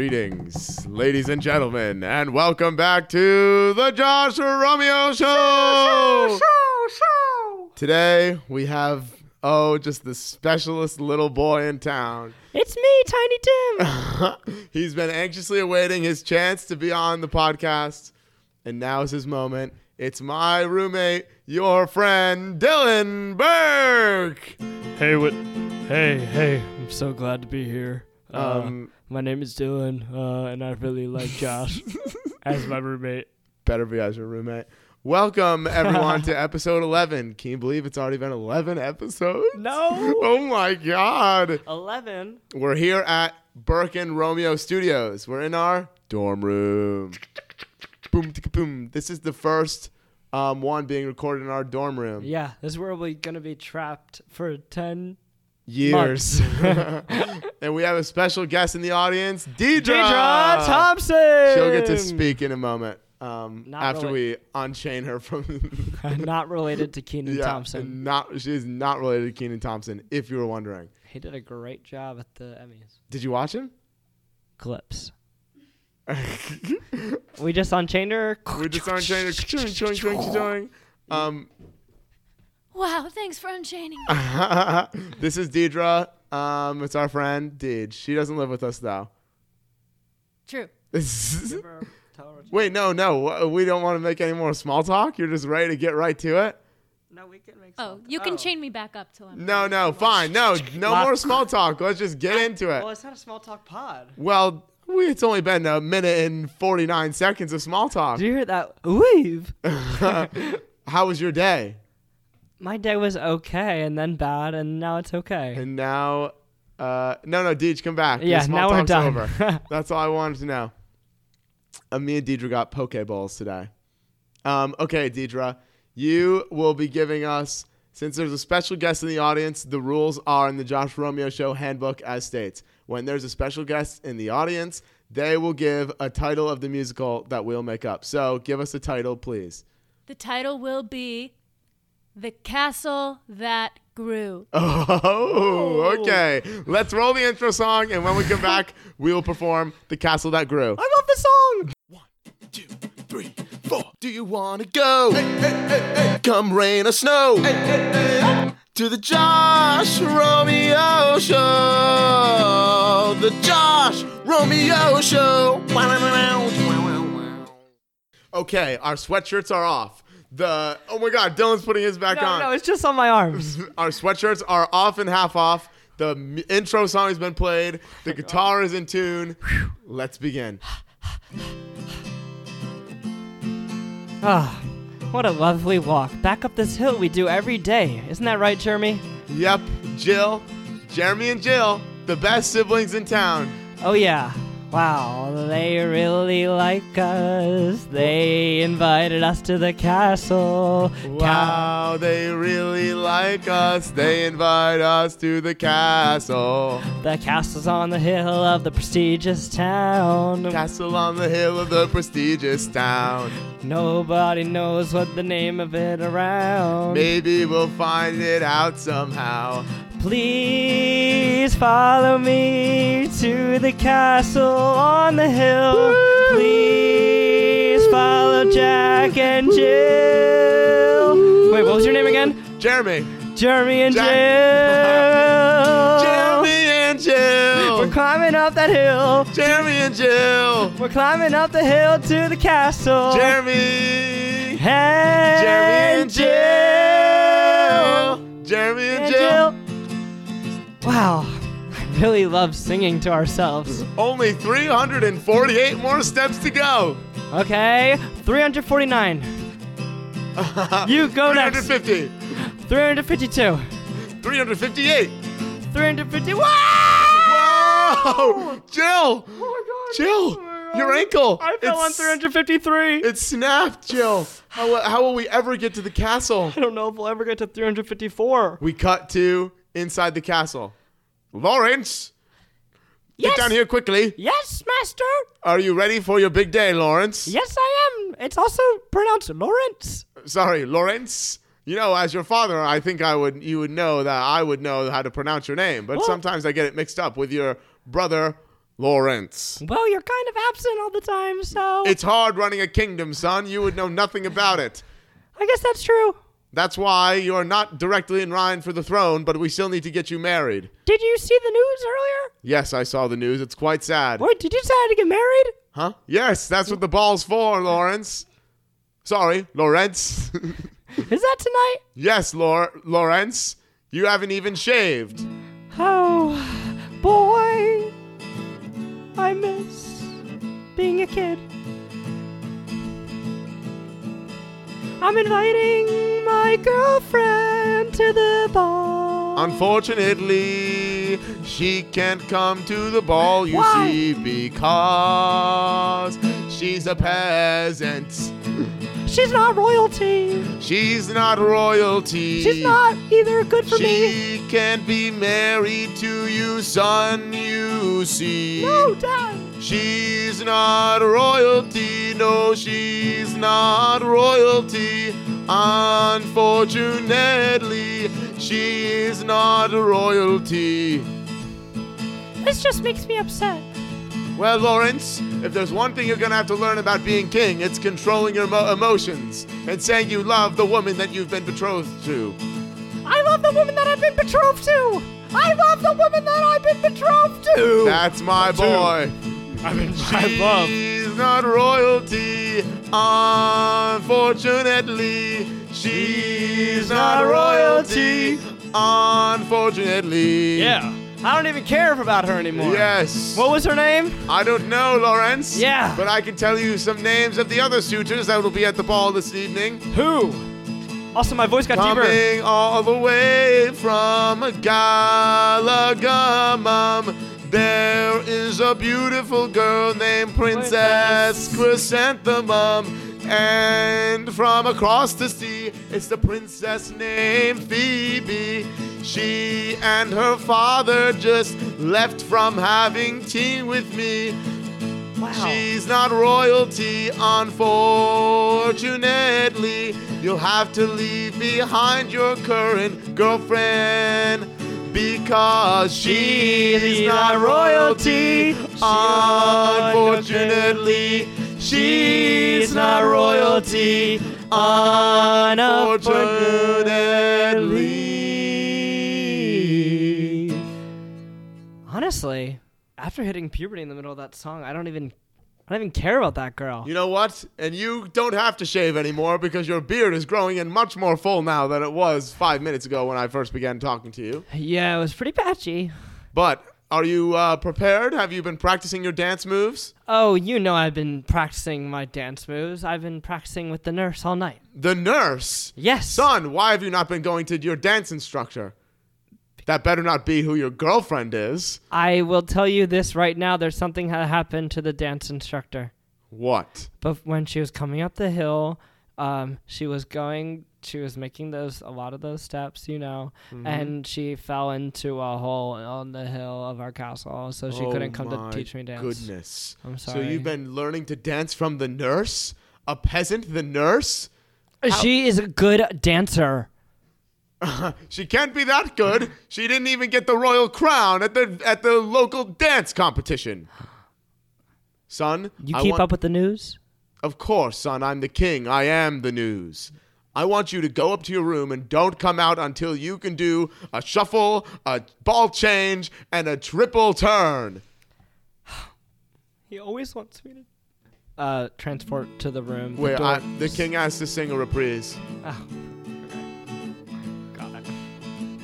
Greetings, ladies and gentlemen, and welcome back to the Josh Romeo Show. Today we have oh, just the specialist little boy in town. It's me, Tiny Tim. He's been anxiously awaiting his chance to be on the podcast, and now is his moment. It's my roommate, your friend Dylan Burke. Hey, what? Hey, hey! I'm so glad to be here. Uh, Um, my name is Dylan, uh, and I really like Josh as my roommate. better be as your roommate. Welcome everyone to episode 11. Can you believe it's already been 11 episodes? No. Oh my god. Eleven. We're here at Burke and Romeo Studios. We're in our dorm room. boom, ticka, boom. This is the first um, one being recorded in our dorm room. Yeah, this is where we're gonna be trapped for ten. Years. and we have a special guest in the audience, Deidre. Deidre Thompson. She'll get to speak in a moment um, Not after really. we unchain her from. Not related to Keenan yeah, Thompson. Not she's not related to Keenan Thompson. If you were wondering, He did a great job at the Emmys. did you watch him? Clips. We just unchained her. we just unchained her. Choing, choing, choing, choing, choing. Um, Wow, thanks for unchaining. this is Deidre. Um, it's our friend Deej. She doesn't live with us though. True. Wait, no, no, Wha- we don't want to make any more small talk. You're just ready to get right to it. No, we can make. Oh, you can chain me back up till I'm. No, no, fine, no, no Lock. more small talk. Let's just get into Well, it. it's not a small talk pod. Well, we, it's only been a minute and forty nine seconds of small talk. Did you hear that? Weave. How was your day? My day was okay, and then bad, and now it's okay. And now, uh, no, no, Deej, come back. Your Yeah, small now we're talk's done. over. That's all I wanted to know. Uh, me and Deidre got Pokeballs today. Um, okay, Deidre, you will be giving us, since there's a special guest in the audience, the rules are in the Josh Romeo Show handbook as states. When there's a special guest in the audience, they will give a title of the musical that we'll make up. So give us a title, please. The title will be The Castle That Grew. Oh, okay. Let's roll the intro song, and when we come back, we will perform The Castle That Grew. I love the song. two, three, four. Do you wanna go? Come rain or snow. To the Josh Romeo Show. The Josh Romeo Show. Okay, our sweatshirts are off. The oh my god, Dylan's putting his back No, on. no, it's just on my arms. Our sweatshirts are off and half off. The m- intro song has been played. Oh The guitar is in tune. Let's begin. Ah, what a lovely walk back up this hill we do every day. Isn't that right, Jeremy? Yep, Jill, Jeremy and Jill, the best siblings in town. Oh yeah. Wow, they really like us. They invited us to the castle. Wow, Ca- they really like us. They invite us to the castle. the castle's on the hill of the prestigious town. Castle on the hill of the prestigious town. Nobody knows what the name of it around. Maybe we'll find it out somehow. Please follow me to the castle on the hill. Please follow Jack and Jill. Wait, what was your name again? Jeremy, Jeremy and Jack- Jill. Jeremy and Oh. We're Jill. climbing up that hill. Jeremy and Jill. We're climbing up the hill to the castle. Jeremy. and Jeremy and Jill. Jill. Jeremy and And Jill. Jill. Wow, I really love singing to ourselves. Only 348 more steps to go. Okay, 349. You go next. 350. 352. 358. 351. Whoa! Jill! Oh Jill! Your ankle! I fell on It's- 353. It snapped, Jill. How, will- how will we ever get to the castle? I don't know if we'll ever get to 354. We cut to inside the castle. Lawrence! yes. Get down here quickly. Yes, master. Are you ready for your big day, Lawrence? Yes, I am. It's also pronounced Lawrence. Sorry, Lawrence. You know, as your father, I think I would you would know that I would know how to pronounce your name, but Well- sometimes I get it mixed up with your brother Lawrence. Well, you're kind of absent all the time, so It's hard running a kingdom, son. You would know nothing about it. I guess that's true. That's why you are not directly in line for the throne, but we still need to get you married. Did you see the news earlier? Yes, I saw the news. It's quite sad. Wait, did you decide to get married? Huh? Yes, that's what the ball's for, Lawrence. Sorry, Lawrence. Is that tonight? yes, Lor- Lawrence. You haven't even shaved. Oh, boy, I miss being a kid. I'm inviting my girlfriend to the ball. Unfortunately, she can't come to the ball, you Why? see, because she's a peasant. She's not royalty. She's not royalty. She's not either good for me. She can't be married to you, son, you see. No, Dad. She's not royalty, no, she's not royalty. Unfortunately, she is not royalty. This just makes me upset. Well, Lawrence, if there's one thing you're gonna have to learn about being king, it's controlling your emo- emotions and saying you love the woman that you've been betrothed to. I love the woman that I've been betrothed to. I love the woman that I've been betrothed to. That's my boy. I mean, She's not royalty, unfortunately. She's not royalty, unfortunately. Yeah. I don't even care about her anymore. Yes. What was her name? I don't know, Lawrence. Yeah. But I can tell you some names of the other suitors that will be at the ball this evening. Who? Also, my voice got deeper. Coming all the way from Galagamum, there is a beautiful girl named Princess Chrysanthemum. And from across the sea, it's the princess named Phoebe. She and her father just left from having tea with me. Wow. She's not royalty, unfortunately. You'll have to leave behind your current girlfriend because she's, She's not not royalty. royalty. She's not Unfortunately, she's not royalty. Unfortunately. Honestly, after hitting puberty in the middle of that song, I don't even, I don't even care about that girl. You know what? And you don't have to shave anymore because your beard is growing in much more full now than it was five minutes ago when I first began talking to you. Yeah, it was pretty patchy. But are you uh, prepared? Have you been practicing your dance moves? Oh, you know I've been practicing my dance moves. I've been practicing with the nurse all night. The nurse. Yes. Son, why have you not been going to your dance instructor? That better not be who your girlfriend is. I will tell you this right now. There's something that happened to the dance instructor. What? But when she was coming up the hill, um, she was going. She was making those a lot of those steps, you know, Mm-hmm. and she fell into a hole on the hill of our castle, so she Oh couldn't come to my teach me dance. Goodness. I'm So sorry. you've been learning to dance from the nurse? A peasant, the nurse? Uh, She is a good dancer. She can't be that good. She didn't even get the royal crown at the at the local dance competition. Son, You I keep want- up with the news? Of course, son. I'm the king. I am the news. I want you to go up to your room and don't come out until you can do a shuffle, a ball change, and a triple turn. He always wants me to. Uh, transport to the room. The Wait, I, door- the king has to sing a reprise. Oh. Got it.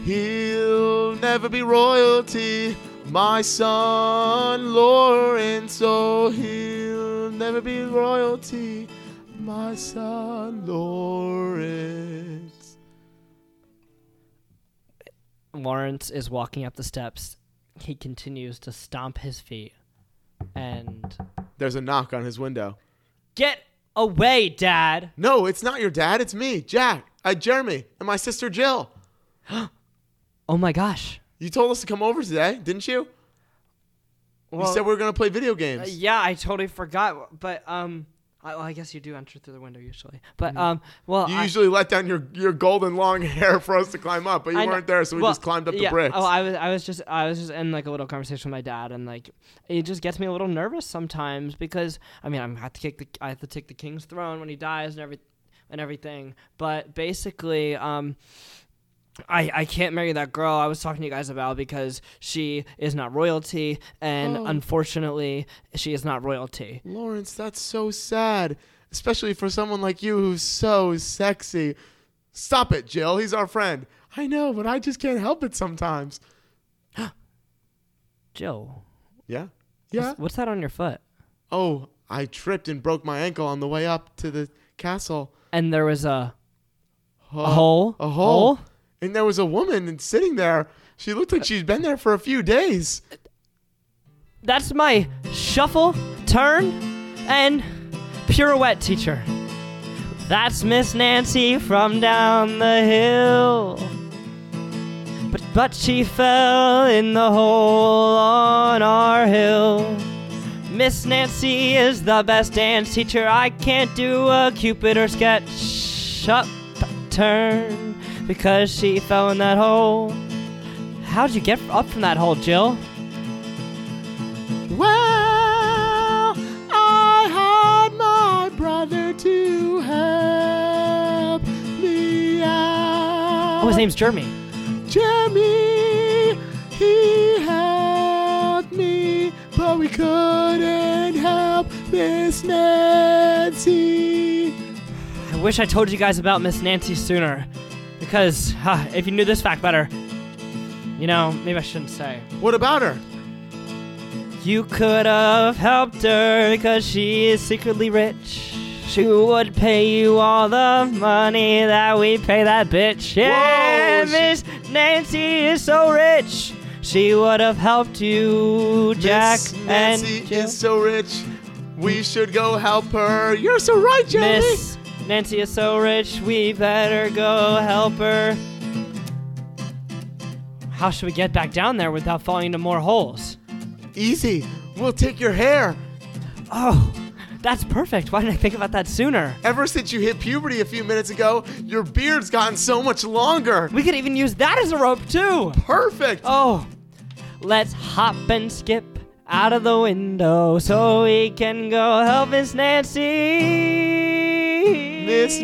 He'll never be royalty, my son Lawrence. Oh, he'll never be royalty, my son Lawrence. Lawrence is walking up the steps. He continues to stomp his feet and There's a knock on his window. get away, Dad. No, it's not your dad. It's me, Jack, uh, Jeremy, and my sister Jill. Oh my gosh. You told us to come over today, didn't you? Well, uh, you said we were gonna play video games. yeah, I totally forgot. But um, I, well, I guess you do enter through the window usually, but um, well, You I, usually let down your, your golden long hair for us to climb up, but you I kn- weren't there, so we well, just climbed up yeah, the bricks. Oh, I was, I was just, I was just in like a little conversation with my dad, and like it just gets me a little nervous sometimes because I mean, I'm have to take the, I have to take the king's throne when he dies and every, and everything. But basically, um, I, I can't marry that girl I was talking to you guys about because she is not royalty, and Oh. unfortunately, she is not royalty. Lawrence, that's so sad, especially for someone like you who's so sexy. Stop it, Jill. He's our friend. I know, but I just can't help it sometimes. Jill, Yeah? Yeah? what's, what's that on your foot? Oh, I tripped and broke my ankle on the way up to the castle. And there was a, Oh, a hole, A hole. And there was a woman and sitting there. She looked like she'd been there for a few days. That's my shuffle, turn, and pirouette teacher. That's Miss Nancy from down the hill. But, but she fell in the hole on our hill. Miss Nancy is the best dance teacher. I can't do a Cupid or sketch up turn because she fell in that hole. How'd you get up from that hole, Jill? Well, I had my brother to help me out. Oh, his name's Jeremy. Jimmy, he helped me, but we couldn't help Miss Nancy. I wish I told you guys about Miss Nancy sooner. Because huh, if you knew this fact better, you know, maybe I shouldn't say. What about her? You could have helped her because she is secretly rich. She would pay you all the money that we pay that bitch. Yeah, she- Miss Nancy is so rich. She would have helped you, Jack Miss and Nancy Jill. is so rich. We should go help her. You're so right, Jimmy. Miss Nancy is so rich, we better go help her. How should we get back down there without falling into more holes? Easy. We'll take your hair. Oh, that's perfect. Why didn't I think about that sooner? Ever since you hit puberty a few minutes ago, your beard's gotten so much longer. We could even use that as a rope, too. Perfect. Oh, let's hop and skip out of the window so we can go help Miss Nancy. Miss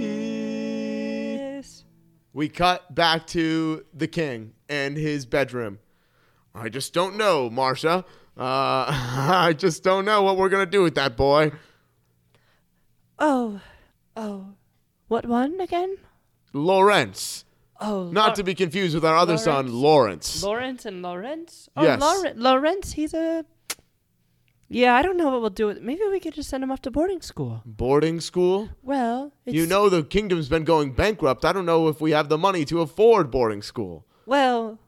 Nancy. Miss- We cut back to the king and his bedroom. I just don't know, Marcia. Uh, I just don't know what we're gonna do with that boy. Oh, oh. What one again? Lawrence, Oh, not to be confused with our other son, Lawrence. Lawrence and Lawrence. Oh, Yes. Lawren- Lawrence, he's a. Yeah, I don't know what we'll do with. Maybe we could just send him off to boarding school. Boarding school. Well, it's, You know the kingdom's been going bankrupt. I don't know if we have the money to afford boarding school. Well,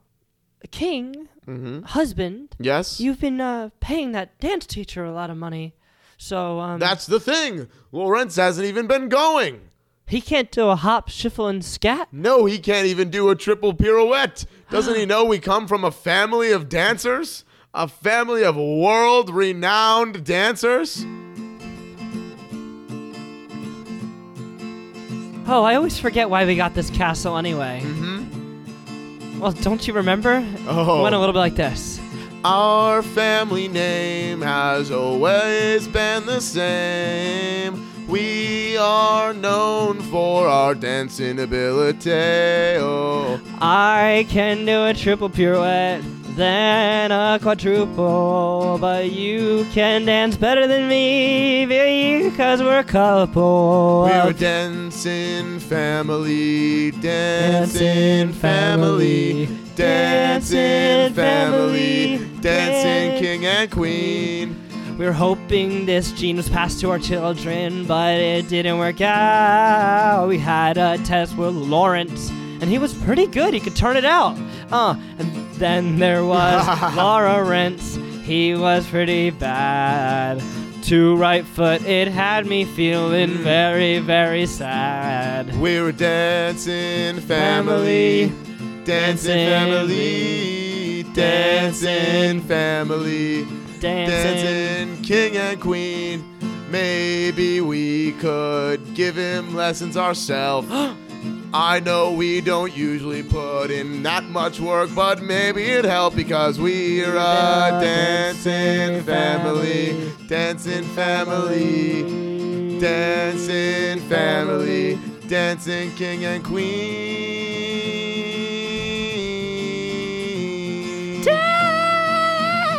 King, Mm-hmm. husband, Yes. you've been uh, paying that dance teacher a lot of money, so um, That's the thing. Lawrence hasn't even been going. he can't do a hop, shuffle, and scat. No, he can't even do a triple pirouette. Doesn't he know we come from a family of dancers? A family of world renowned dancers? Oh, I always forget why we got this castle anyway. Mm-hmm. Well, don't you remember? Mm-hmm. Oh. It went a little bit like this. Our family name has always been the same. We are known for our dancing ability. Oh. I can do a triple pirouette, then a quadruple, but you can dance better than me because we're a couple. We're a of- dancing family, dancing family, dancing family, dancing king and queen. we're hoping this gene was passed to our children, but it didn't work out. We had a test with Lawrence, and he was pretty good. He could turn it out. Uh, and then there was Lawrence. He was pretty bad. Two right foot, it had me feeling very, very sad. We're a dancing family, dancing family, dancing family, Dancing. dancing king and queen. Maybe we could give him lessons ourselves. I know we don't usually put in that much work, but maybe it'd help because we're a a dancing dancing family, dancing family, dancing family, dancing king and queen.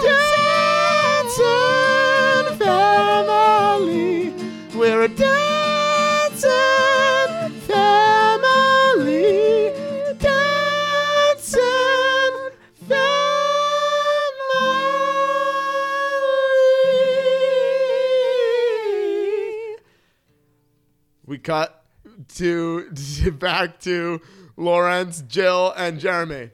Dancing family. We're a dancing family. Dancing family. We cut to back to Lawrence, Jill, and Jeremy.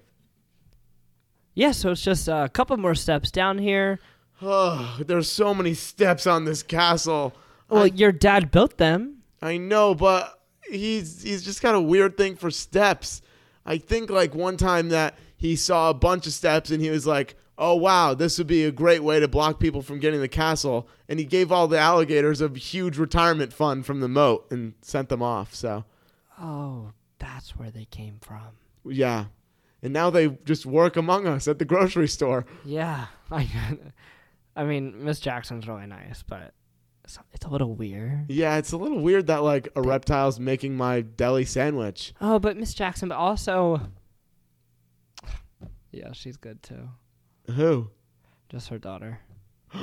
Yeah, so it's just a couple more steps down here. Oh, there's so many steps on this castle. Well, your dad built them. I know, but he's he's just got a weird thing for steps. I think like one time that he saw a bunch of steps and he was like, "Oh wow, this would be a great way to block people from getting the castle." And he gave all the alligators a huge retirement fund from the moat and sent them off. So, Oh, that's where they came from. yeah. And now they just work among us at the grocery store. Yeah, I, I mean, Miss Jackson's really nice, but it's, it's a little weird. Yeah, it's a little weird that like a reptile's making my deli sandwich. Oh, but Miss Jackson, but also, yeah, she's good too. Who? Just her daughter.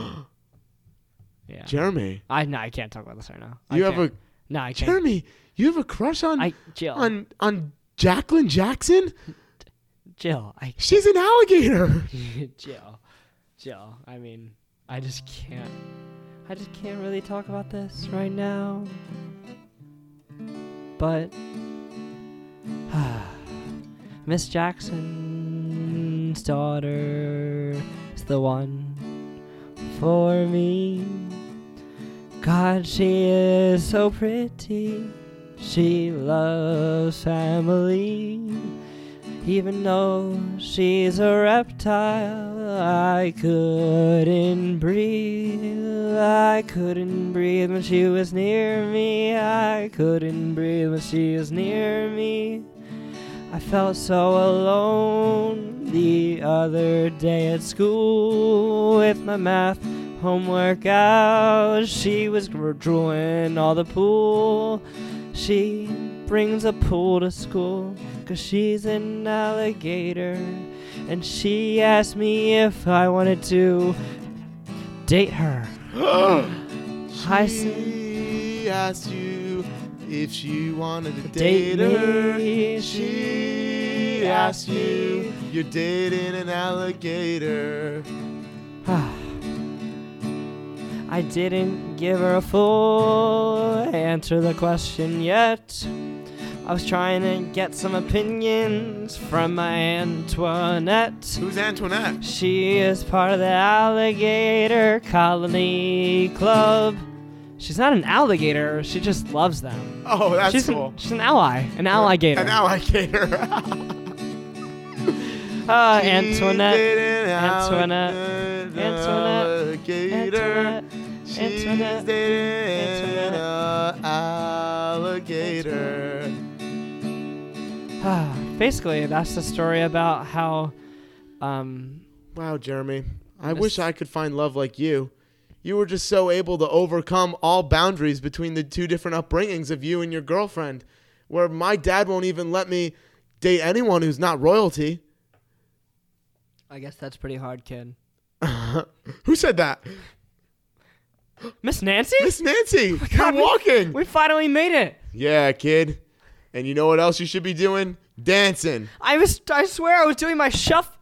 yeah, Jeremy. I no, I can't talk about this right now. You have a a no, I can't. Jeremy, you have a crush on I Jill, on on Jacqueline Jackson? Jill, I She's an alligator. Jill, Jill. I mean, I just can't. I just can't really talk about this right now. But Miss Jackson's daughter is the one for me. God, she is so pretty. She loves family. Even though she's a reptile, I couldn't breathe. I couldn't breathe when she was near me. I couldn't breathe when she was near me. I felt so alone the other day at school with my math homework out. She was drawing all the pool. She brings a pool to school 'cause she's an alligator. And she asked me if I wanted to date her. I said, She asked you if she wanted to date her. me. She asked you, you're dating an alligator. I didn't give her a full answer to the question yet. I was trying to get some opinions from my Antoinette. Who's Antoinette? She is part of the alligator colony club. She's not an alligator, she just loves them. Oh, that's she's, cool. an, she's an ally, an alligator. Uh, An alligator. Ah, She Antoinette. dated an Antoinette. alligator. Antoinette. She's Antoinette. dating an Antoinette. alligator. Ah, Basically, that's the story about how um, Wow, Jeremy. I Miss- wish I could find love like you. You were just so able to overcome all boundaries between the two different upbringings of you and your girlfriend, where my dad won't even let me date anyone who's not royalty. I guess that's pretty hard, kid. Who said that? Miss Nancy? Miss Nancy, Oh you're God, we- walking. We finally made it. Yeah, kid. And you know what else you should be doing? Dancing. I was I swear I was doing my shuff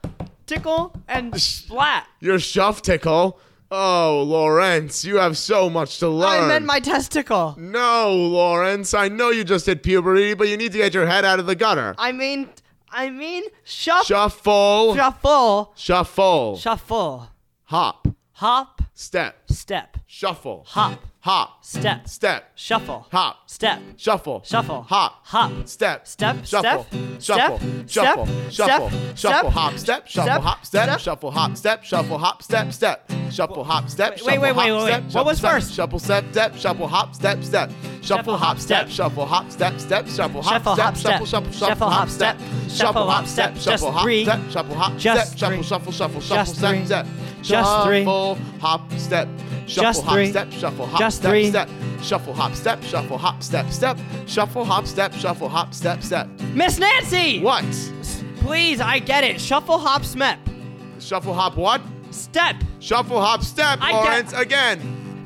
tickle and splat. Your shuff tickle. Oh, Lawrence, you have so much to learn. I meant my testicle. no, Lawrence, I know you just hit puberty, but you need to get your head out of the gutter. I mean I mean shuff Shuffle. shuffle Shuffle. shuffle Hop. hop Step. step, Shuffle. Hop. Hop. step, Step. shuffle, Hop. step, Shuffle. Shuffle. Hop. Hop. Step. Step. Shuffle. Step. Shuffle. Step. Shuffle. Step. Shuffle. Step. Shuffle. Step. Hop. Step. Shuffle. Step. Hop. Step. Step. Shuffle. Hop. Step. Shuffle. Hop. Step. Step. Shuffle. Hop. Step. Wait, Shuffle. hop, wait, wait, wait, step, wait. shuffle, What was step, first? Shuffle. Step. Step. Shuffle. Hop. Step. Step. Shuffle. Hop. Step. Shuffle. Hop. Step. Step. Shuffle. Shuffle, Hop. Step. hop, step. Shuffle. Shuffle, hop, step. Shuffle. Hop. Step. Just Shuffle. Hop. three. Step. Shuffle. Hop. Just Step. Shuffle. three. Shuffle. Shuffle. Shuffle. Just Step. three. Step. Just three. Shuffle. Hop. Step. Just Shuffle. Hop. three. Step. Shuffle. Hop. Just Step. three. Step. Shuffle. Hop. Step. Shuffle. Hop. Step. Step. Shuffle. Hop. Step. Shuffle. Hop. Step. Step. Miss Nancy! What? Please, I get it. Shuffle, hop, smep. Shuffle hop what? Step. Shuffle hop step, I Lawrence again.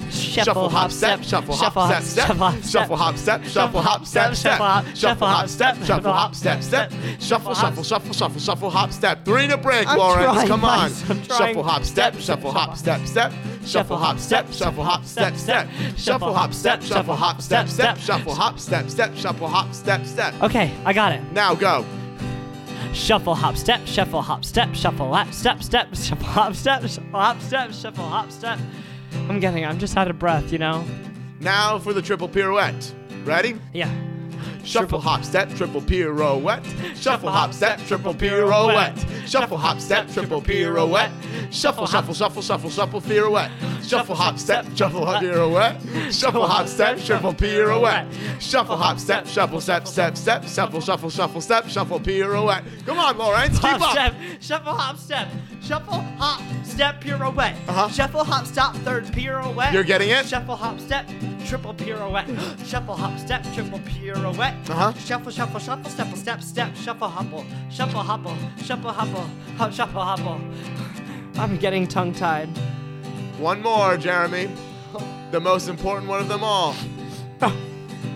Shuffle, hop, step. shuffle hop step, step, shuffle hop step, shuffle hop step, step, shuffle hop step, shuffle hop step, step, shuffle shuffle shuffle shuffle shuffle hop step. Three to break, I'm Lawrence. trying, Come on. guys, I'm trying. Shuffle hop step, Step, shuffle shuffle, hop step, step, shuffle hop step, shuffle hop step, step, shuffle hop step, shuffle hop step, step, shuffle hop step, step, shuffle hop step, step. Okay, I got it. Now go. Shuffle, hop, step, shuffle, hop, step, shuffle, hop, step, step, shuffle, hop, step, shuffle, hop, step, shuffle, hop, step. I'm getting, I'm just out of breath, you know? Now for the triple pirouette. Ready? Yeah. Shuffle hop step triple pirouette. Shuffle hop step triple pirouette. Shuffle hop step triple pirouette. Shuffle shuffle shuffle shuffle shuffle pirouette. Shuffle hop step shuffle hop pirouette. Shuffle hop step triple pirouette. Shuffle hop step shuffle step step step shuffle shuffle shuffle step shuffle pirouette. Come on, Lawrence, keep Hop, up. step, shuffle, hop, step, shuffle, hop, step, pirouette. Uh-huh. Shuffle, hop, stop, third pirouette. You're getting it? Shuffle, hop, step, triple pirouette. shuffle, hop, step, triple pirouette. Uh-huh. Shuffle, shuffle, shuffle, step, step, step, shuffle, hopple, shuffle, hopple, shuffle, hopple, hop, shuffle, hopple. I'm getting tongue tied. One more, Jeremy. The most important one of them all.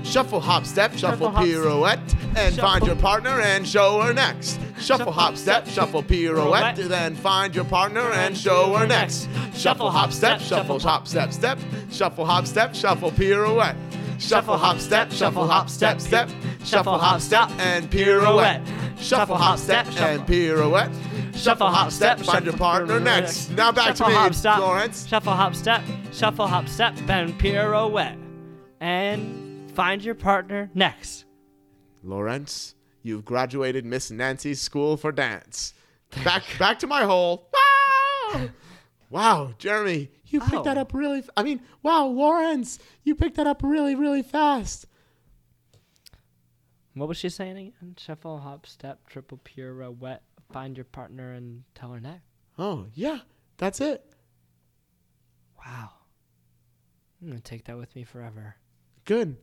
Shuffle, hop, step, Ah. shuffle, Shuffle, hop, pirouette, and Shuffle. find your partner and show her next. Shuffle, Shuffle, hop, step, shuffle, pirouette, pirouette. then find your partner and show her next. Shuffle, hop, step, shuffle, hop, step, step, shuffle, hop, step, shuffle, pirouette. Shuffle, hop, step, shuffle, hop, step, step, shuffle, hop, step, and pirouette. Shuffle, hop, step, and pirouette. Shuffle, hop, step, find your partner next. Now back to Shuffle, hop, me, stop. Lawrence. Shuffle, hop, step. Shuffle, hop, step. Then pirouette. And find your partner next. Lawrence, you've graduated Miss Nancy's School for Dance. Back back to my hole. Wow! Wow, Jeremy, you picked Oh. that up really f- I mean, wow, Lawrence, you picked that up really really fast. What was she saying again? Shuffle, hop, step, triple pirouette. Find your partner and tell her next. Oh, yeah. That's it. Wow. I'm going to take that with me forever. Good.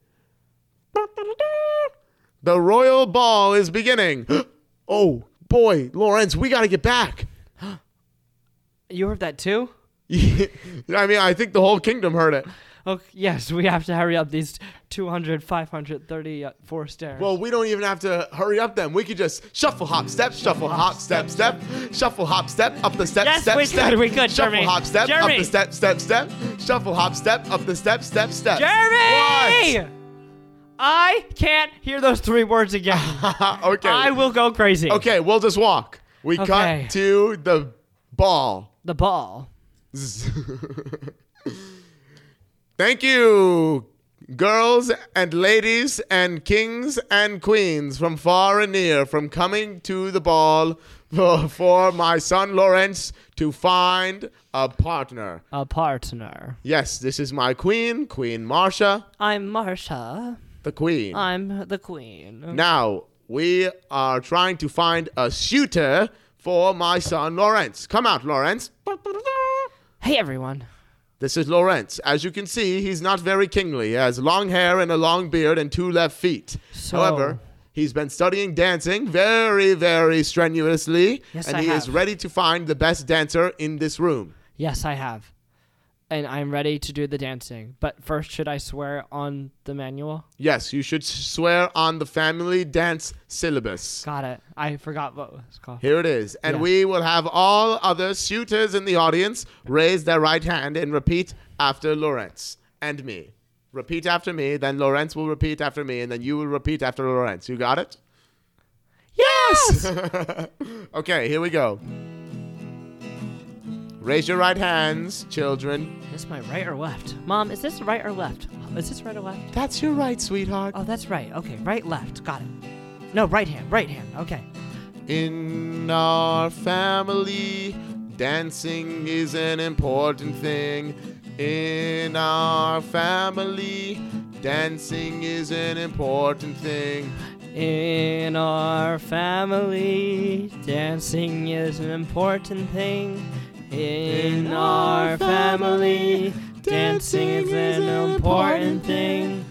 The royal ball is beginning. oh, boy, Lawrence, we got to get back. You heard that too? I mean, I think the whole kingdom heard it. Okay, yes, we have to hurry up these 200, 534 uh, stairs. Well, we don't even have to hurry up then. We could just shuffle hop step, shuffle hop step step, shuffle hop step up the step Yes, step we step. could, we could, shuffle Jeremy. hop step up the Jeremy. step step step, shuffle hop step up the step step step. Jeremy! What? I can't hear those three words again. okay. I will go crazy. okay, we'll just walk. We Okay. cut to the ball. The ball. Thank you, girls and ladies and kings and queens from far and near, from coming to the ball for, for my son Lawrence to find a partner. A partner. Yes, this is my queen, Queen Marcia, I'm Marsha. the queen. I'm the queen. now, we are trying to find a suitor for my son Lawrence. Come out, Lawrence. Hey, everyone. This is Lawrence. As you can see, he's not very kingly. He has long hair and a long beard and two left feet. So- However, he's been studying dancing very, very strenuously, Yes, and I he is have. ready to find the best dancer in this room. Yes, I have. And I'm ready to do the dancing. But first, should I swear on the manual? Yes, you should swear on the family dance syllabus. Got it. I forgot what it was called. Here it is. And Yeah. we will have all other suitors in the audience raise their right hand and repeat after Lawrence and me. Repeat after me, then Lawrence will repeat after me, and then you will repeat after Lawrence. You got it? Yes! okay, here we go. Raise your right hands, children. Is this my right or left? Mom, is this right or left? Oh, Is this right or left? That's your right, sweetheart. Oh, that's right. Okay, right, left. Got it. No, right hand, right hand. Okay. In our family, dancing is an important thing. In our family, dancing is an important thing. In our family, dancing is an important thing. In our family, dancing is an important thing.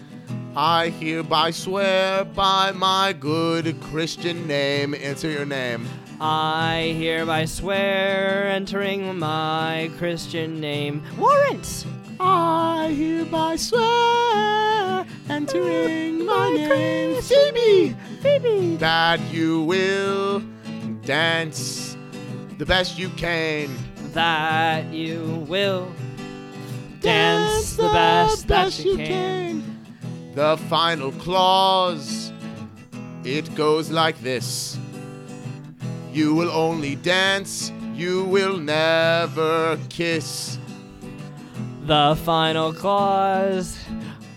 I hereby swear by my good Christian name. Answer your name. I hereby swear entering my Christian name. Warrants! I hereby swear, entering my name, Phoebe, Phoebe, that you will dance the best you can. That you will dance the best that you can. The final clause, it goes like this. You will only dance, you will never kiss. The final clause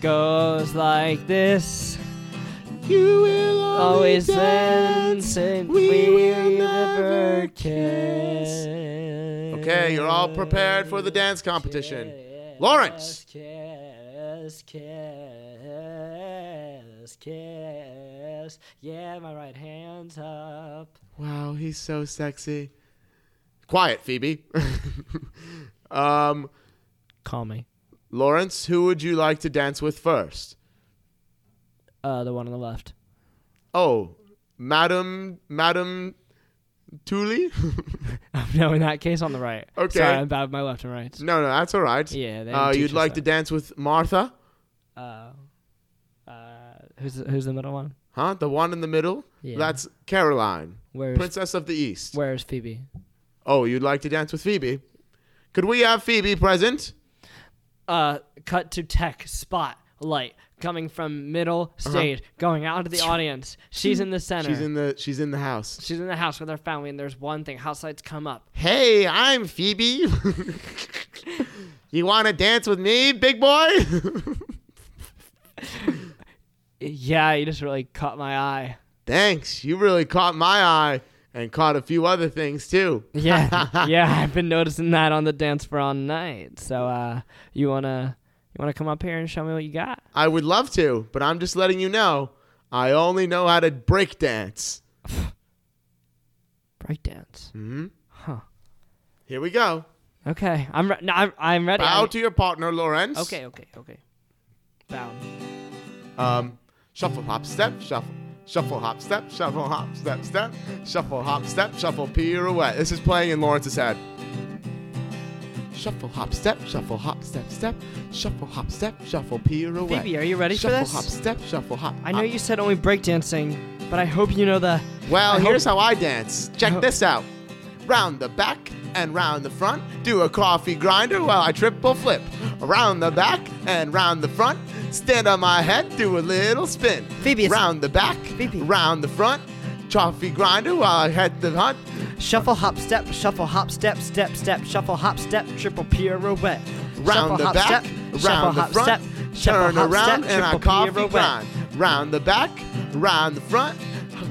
goes like this. You will Always dance and we, will never kiss. Okay, you're all prepared for the dance competition. Kiss, Lawrence. Kiss, kiss, kiss. Yeah, my right hand's up. Wow, he's so sexy. Quiet, Phoebe. um, Call me. Lawrence, who would you like to dance with first? Uh, the one on the left. Oh, Madam, Madam Thule? no, in that case, on the right. Okay. Sorry, I'm bad with my left and right. no, no, that's all right. Yeah. They Uh, teach you'd us like to that. dance with Martha? Uh, uh, who's who's the middle one? Huh? The one in the middle? Yeah. That's Caroline, Where's Princess of the East. Where's Phoebe? Oh, you'd like to dance with Phoebe? Could we have Phoebe present? Uh, cut to tech spotlight coming from middle Uh-huh. stage, going out into the audience. She's in the center. She's in the she's in the house. She's in the house with her family, and there's one thing: house lights come up. Hey, I'm Phoebe. you want to dance with me, big boy? Yeah, you just really caught my eye. Thanks. You really caught my eye and caught a few other things too. Yeah, yeah, I've been noticing that on the dance floor all night. So, uh, you wanna you wanna come up here and show me what you got? I would love to, but I'm just letting you know. I only know how to break dance. Breakdance. hmm Huh. Here we go. Okay, I'm re- no, I'm, I'm ready. Bow I'm- to your partner, Lawrence. Okay, okay, okay. Bow. Um, shuffle, hop, step, shuffle. Shuffle, hop, step, shuffle, hop, step, step. Shuffle, hop, step, shuffle, pirouette. This is playing in Lawrence's head. Shuffle, hop, step, shuffle, hop, step, step. Shuffle, hop, step, shuffle, pirouette. Phoebe, are you ready for shuffle, this? hop, step, shuffle, hop. I know hop. you said only breakdancing, but I hope you know the. Well, I hope- here's how I dance. Check Oh. this out. Round the back and round the front. Do a coffee grinder while I triple flip. Around the back and round the front. Stand on my head, do a little spin. Phoebe, it's- round the back, Phoebe. round the front. Coffee grinder while I head the hunt. Shuffle, hop, step, shuffle, hop, step, step, step, shuffle, hop, step, triple pirouette. Round the hop, back, step, shuffle, round the hop, front. step, shuffle, Turn hop, around step, and I triple coffee pirouette. grind. Round the back, round the front.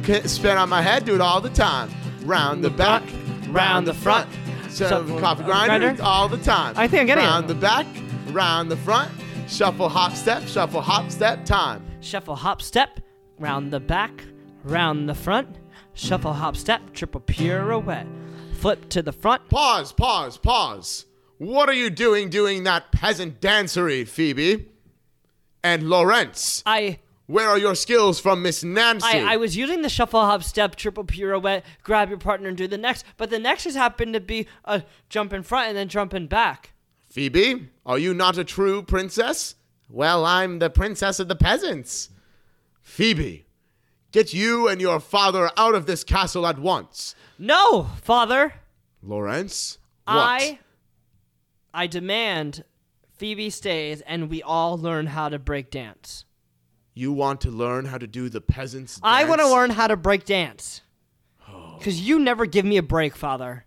Okay, Spin on my head, do it all the time. Round the back, round the front. Shuffle Shuffle, coffee uh, grinder, grinder. all the time. I think I'm getting it. Round the back, round the front. Shuffle, hop, step, shuffle, hop, step, time. Shuffle, hop, step, round the back, round the front. Shuffle, hop, step, triple pirouette. Flip to the front. Pause, pause, pause. What are you doing doing that peasant dancery, Phoebe? And Lawrence, I where are your skills from Miss Nancy? I, I was using the shuffle hop step triple pirouette grab your partner and do the next but the next just happened to be a jump in front and then jumping back Phoebe, are you not a true princess? Well, I'm the princess of the peasants. Phoebe, get you and your father out of this castle at once. no father Lawrence, what? i i demand phoebe stays and we all learn how to break dance You want to learn how to do the peasants? i want to dance? Oh. learn how to break dance because you never give me a break father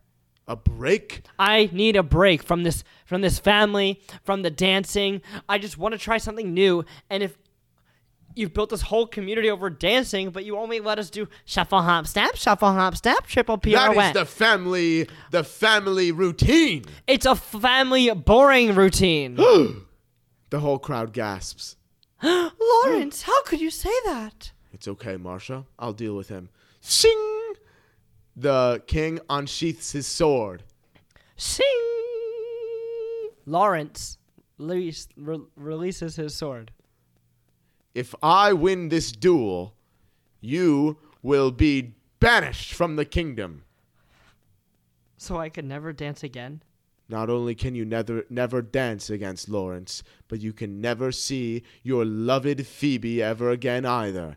a break. I need a break from this from this family, from the dancing. I just want to try something new. And if you've built this whole community over dancing, but you only let us do shuffle hop step, shuffle hop step, triple That is pirouette. the family, the family routine. it's a family boring routine. The whole crowd gasps. Lawrence, how could you say that? It's okay, Marsha. I'll deal with him. Sing. The king unsheaths his sword. Sing. Lawrence release, re- releases his sword. If I win this duel, you will be banished from the kingdom. So I could never dance again. Not only can you never never dance against Lawrence, but you can never see your loved Phoebe ever again either.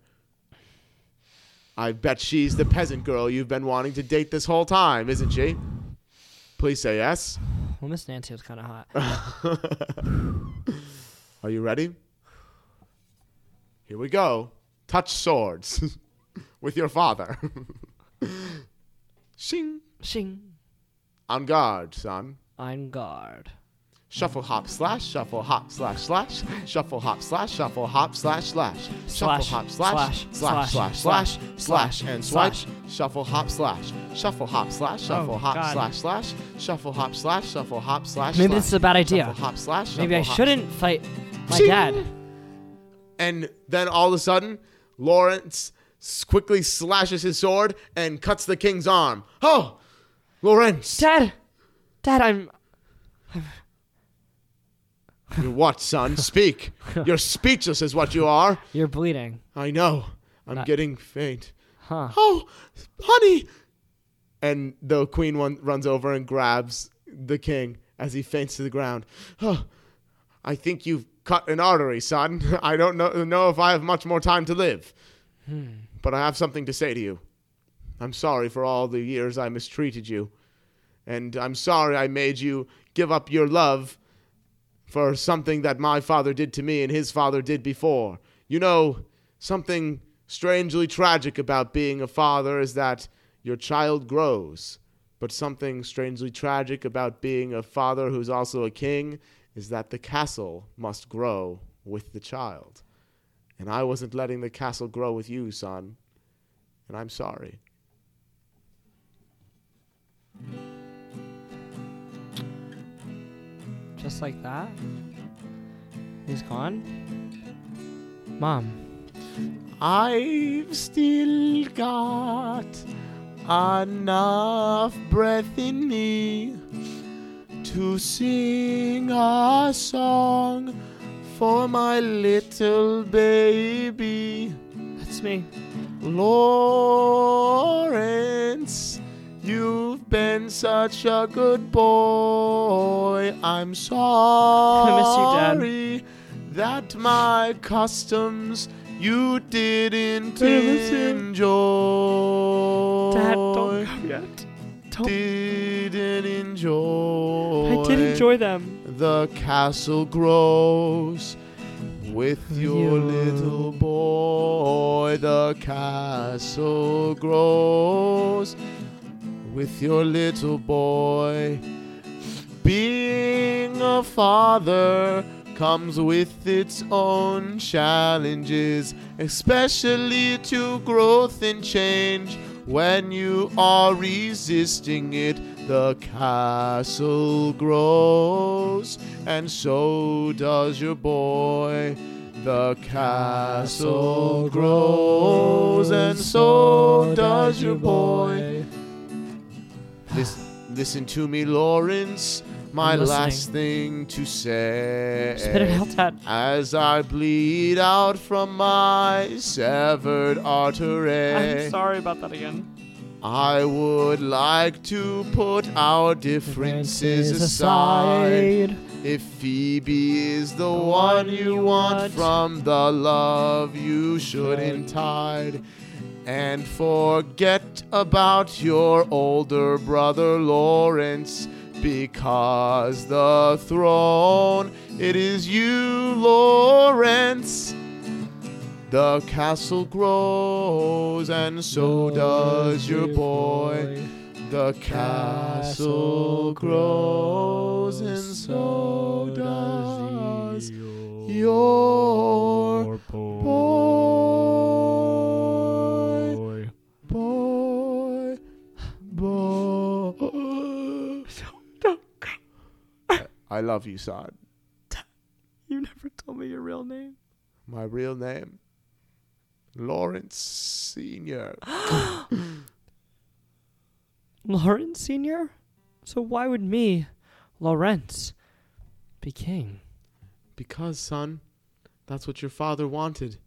I bet she's the peasant girl you've been wanting to date this whole time, isn't she? Please say yes. Well, Miss Nancy was kind of hot. Are you ready? Here we go. Touch swords with your father. Shing. Sing. On guard, son. On guard. Shuffle hop slash shuffle hop slash slash shuffle hop slash shuffle hop slash slash shuffle Slash, hop slash slash slash slash, slash, slash slash slash, and swipe slash. Oh, shuffle hop slash shuffle hop slash shuffle hop God. slash slash shuffle hop slash shuffle hop slash Maybe slash, this is a bad idea. shuffle hop slash Maybe I shuffle hop shouldn't fight my Ching. dad. And then all of a sudden, Lawrence s- quickly slashes his sword and cuts the king's arm. Oh, Lawrence! Dad, Dad, I'm. You're what, son? Speak. You're speechless, is what you are. You're bleeding, I know. I'm getting faint. huh? Oh, honey! And the queen one runs over and grabs the king as he faints to the ground. Oh, I think you've cut an artery, son. I don't know, know if I have much more time to live. But I have something to say to you. I'm sorry for all the years I mistreated you. And I'm sorry I made you give up your love for something that my father did to me and his father did before. You know, something strangely tragic about being a father is that your child grows, but something strangely tragic about being a father who's also a king is that the castle must grow with the child. And I wasn't letting the castle grow with you, son. And I'm sorry. Just like that. He's gone. Mom, I've still got enough breath in me to sing a song for my little baby. that's me. Lawrence, you've been such a good boy. I'm I sorry miss that my customs you didn't I miss you. enjoy. Dad, don't come yet. Don't. Didn't enjoy. I did enjoy them. The castle grows with your You. little boy. The castle grows with your little boy. Being a father comes with its own challenges, especially to growth and change. When you are resisting it, the castle grows, and so does your boy. The castle grows, and so does your boy. Listen, listen to me, Lawrence. My I'm listening. last thing to say. Spit it out, Dad. As I bleed out from my severed I'm artery, sorry about that again. I would like to put our differences aside. If Phoebe is the one you want from the love you shouldn't hide, and forget about your older brother Lawrence, because the throne, it is you, Lawrence. The castle grows, and so does your boy. The castle grows and so does your boy. Boy. Boy. I love you, Sod. You never told me your real name. My real name, Lawrence Sr. Lawrence Sr.? So why would me, Lawrence, be king? Because, son, that's what your father wanted.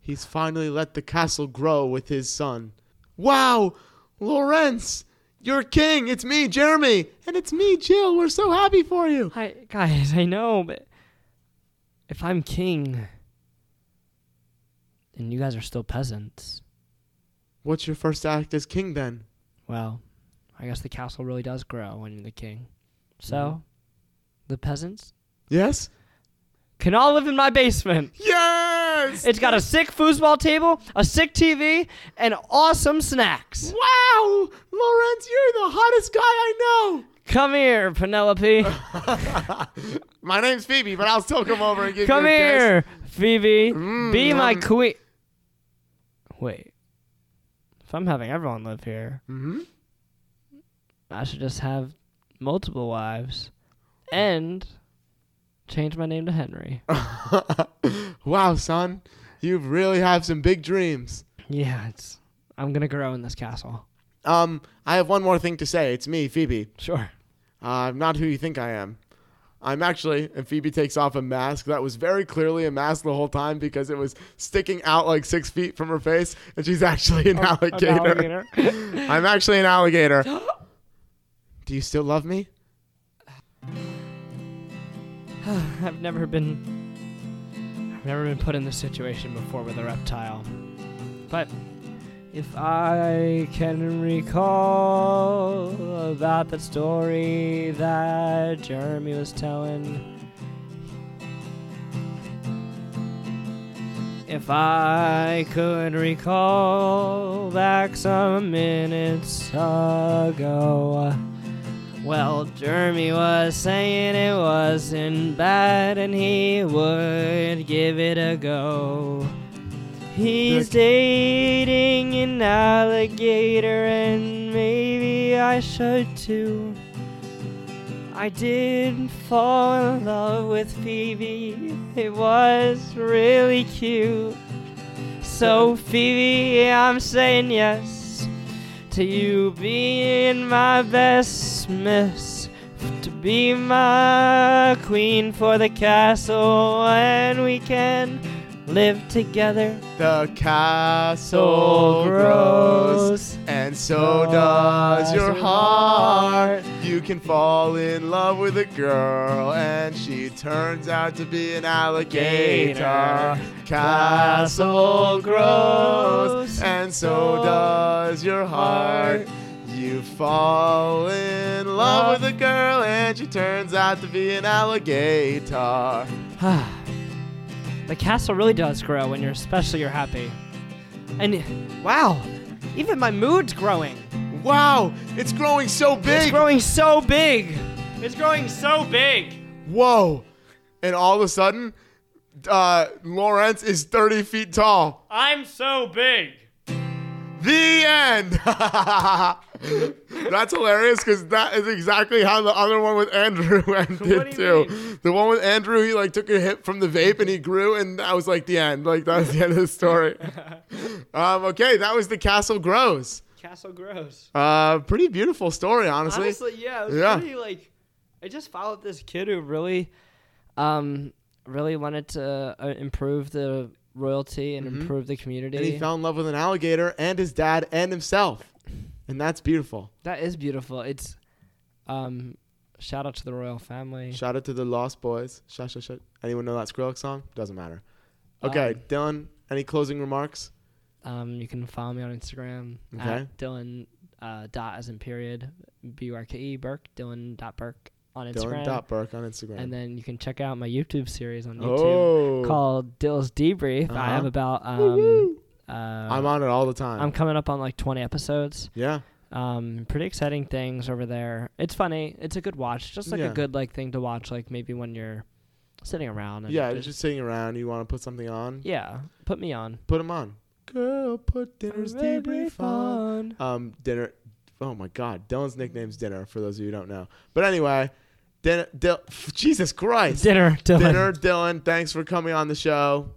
He's finally let the castle grow with his son. Wow! Lawrence! You're king! It's me, Jeremy! And it's me, Jill! We're so happy for you! I, guys, I know, but if I'm king and you guys are still peasants, What's your first act as king then? well, I guess the castle really does grow when you're the king. So, the peasants Yes? can all live in my basement. Yes! It's got a sick foosball table, a sick TV, and awesome snacks. wow! Lawrence, you're the hottest guy I Come here, Penelope. know! My name's Phoebe, but I'll still come over and give Come you a kiss. here, Phoebe. Be my mm. queen. Wait. If I'm having everyone live here, Mhm. I should just have multiple wives and change my name to Henry. wow, son. You really have some big dreams. yeah, it's. I'm gonna grow in this castle. Um, I have one more thing to say. It's me, Phoebe. Sure. Uh, I'm not who you think I am. I'm actually, and Phoebe takes off a mask that was very clearly a mask the whole time because it was sticking out like six feet from her face, and she's actually an alligator. alligator. I'm actually an alligator. Do you still love me? I've never been. I've never been put in this situation before with a reptile. But if I can recall about the story that Jeremy was telling. If I could recall back some minutes ago. Well, Jeremy was saying it wasn't bad and he would give it a go. He's dating an alligator and maybe I should too. I did fall in love with Phoebe. It was really cute. So, Phoebe, I'm saying yes to you being my best miss, to be my queen for the castle, and we can live together. The castle grows, and so does your heart. You can fall in love with a girl, and she turns out to be an alligator. Castle grows, and so does your heart. You fall in love with a girl, and she turns out to be an alligator. the castle really does grow when you're especially you're happy. And wow, even my mood's growing. Wow, it's growing so big. It's growing so big. It's growing so big. whoa and all of a sudden uh, lawrence is 30 feet tall I'm so big. the end that's hilarious because that is exactly how the other one with andrew ended do you too the one with andrew he like took a hit from the vape and he grew and that was like the end like that was the end of the story um, okay that was the castle grows Castle grows. uh, pretty beautiful story honestly Honestly, yeah, it was Yeah. pretty like I just followed this kid who really, um, really wanted to uh, improve the royalty and improve the community. Mm-hmm. and he fell in love with an alligator and his dad and himself and that's beautiful that is beautiful. It's, um, shout out to the royal family. Shout out to the Lost Boys. Shout, shout, shout. Anyone know that Skrillex song? Doesn't matter. Okay, Um, Dylan, any closing remarks? Um, you can follow me on Instagram Okay. at Dylan uh, dot as in period B U R K E Burke Dylan dot Burke on Instagram. Dylan dot Burke on Instagram. and then you can check out my YouTube series on YouTube oh, called Dill's Debrief. I Uh-huh. have about um, Woo-woo. uh, I'm on it all the time. I'm coming up on like 20 episodes, yeah, Um, pretty exciting things over there. It's funny. It's a good watch. Just like Yeah. a good like thing to watch. Like maybe when you're sitting around. And Yeah, just- it's just sitting around. You want to put something on? yeah. Put me on. Put them on. Girl, put dinner's Very debrief on. fun. Um, dinner. Oh my God, Dylan's nickname's dinner. For those of you who don't know, but anyway, dinner. Dil- Jesus Christ, Dinner, Dylan. dinner. Dylan, thanks for coming on the show.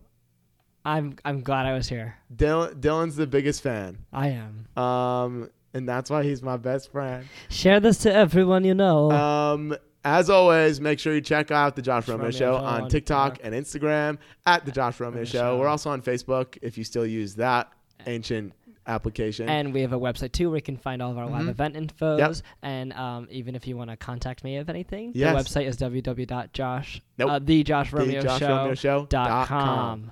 I'm I'm glad I was here. Dylan, Dylan's the biggest fan. I am. Um, and that's why he's my best friend. Share this to everyone you know. Um, as always, make sure you check out the Josh Josh Romeo Romeo Show Show on on TikTok TikTok. and Instagram at the Josh Romeo Romeo Show. Show. We're also on Facebook if you still use that ancient application. and we have a website too where you can find all of our Mhm. live event infos. And um, even if you want to contact me of anything, Yes. the website is www.josh, Nope. uh, the Josh the Romeo Josh Show. Romeo Show dot dot com. com.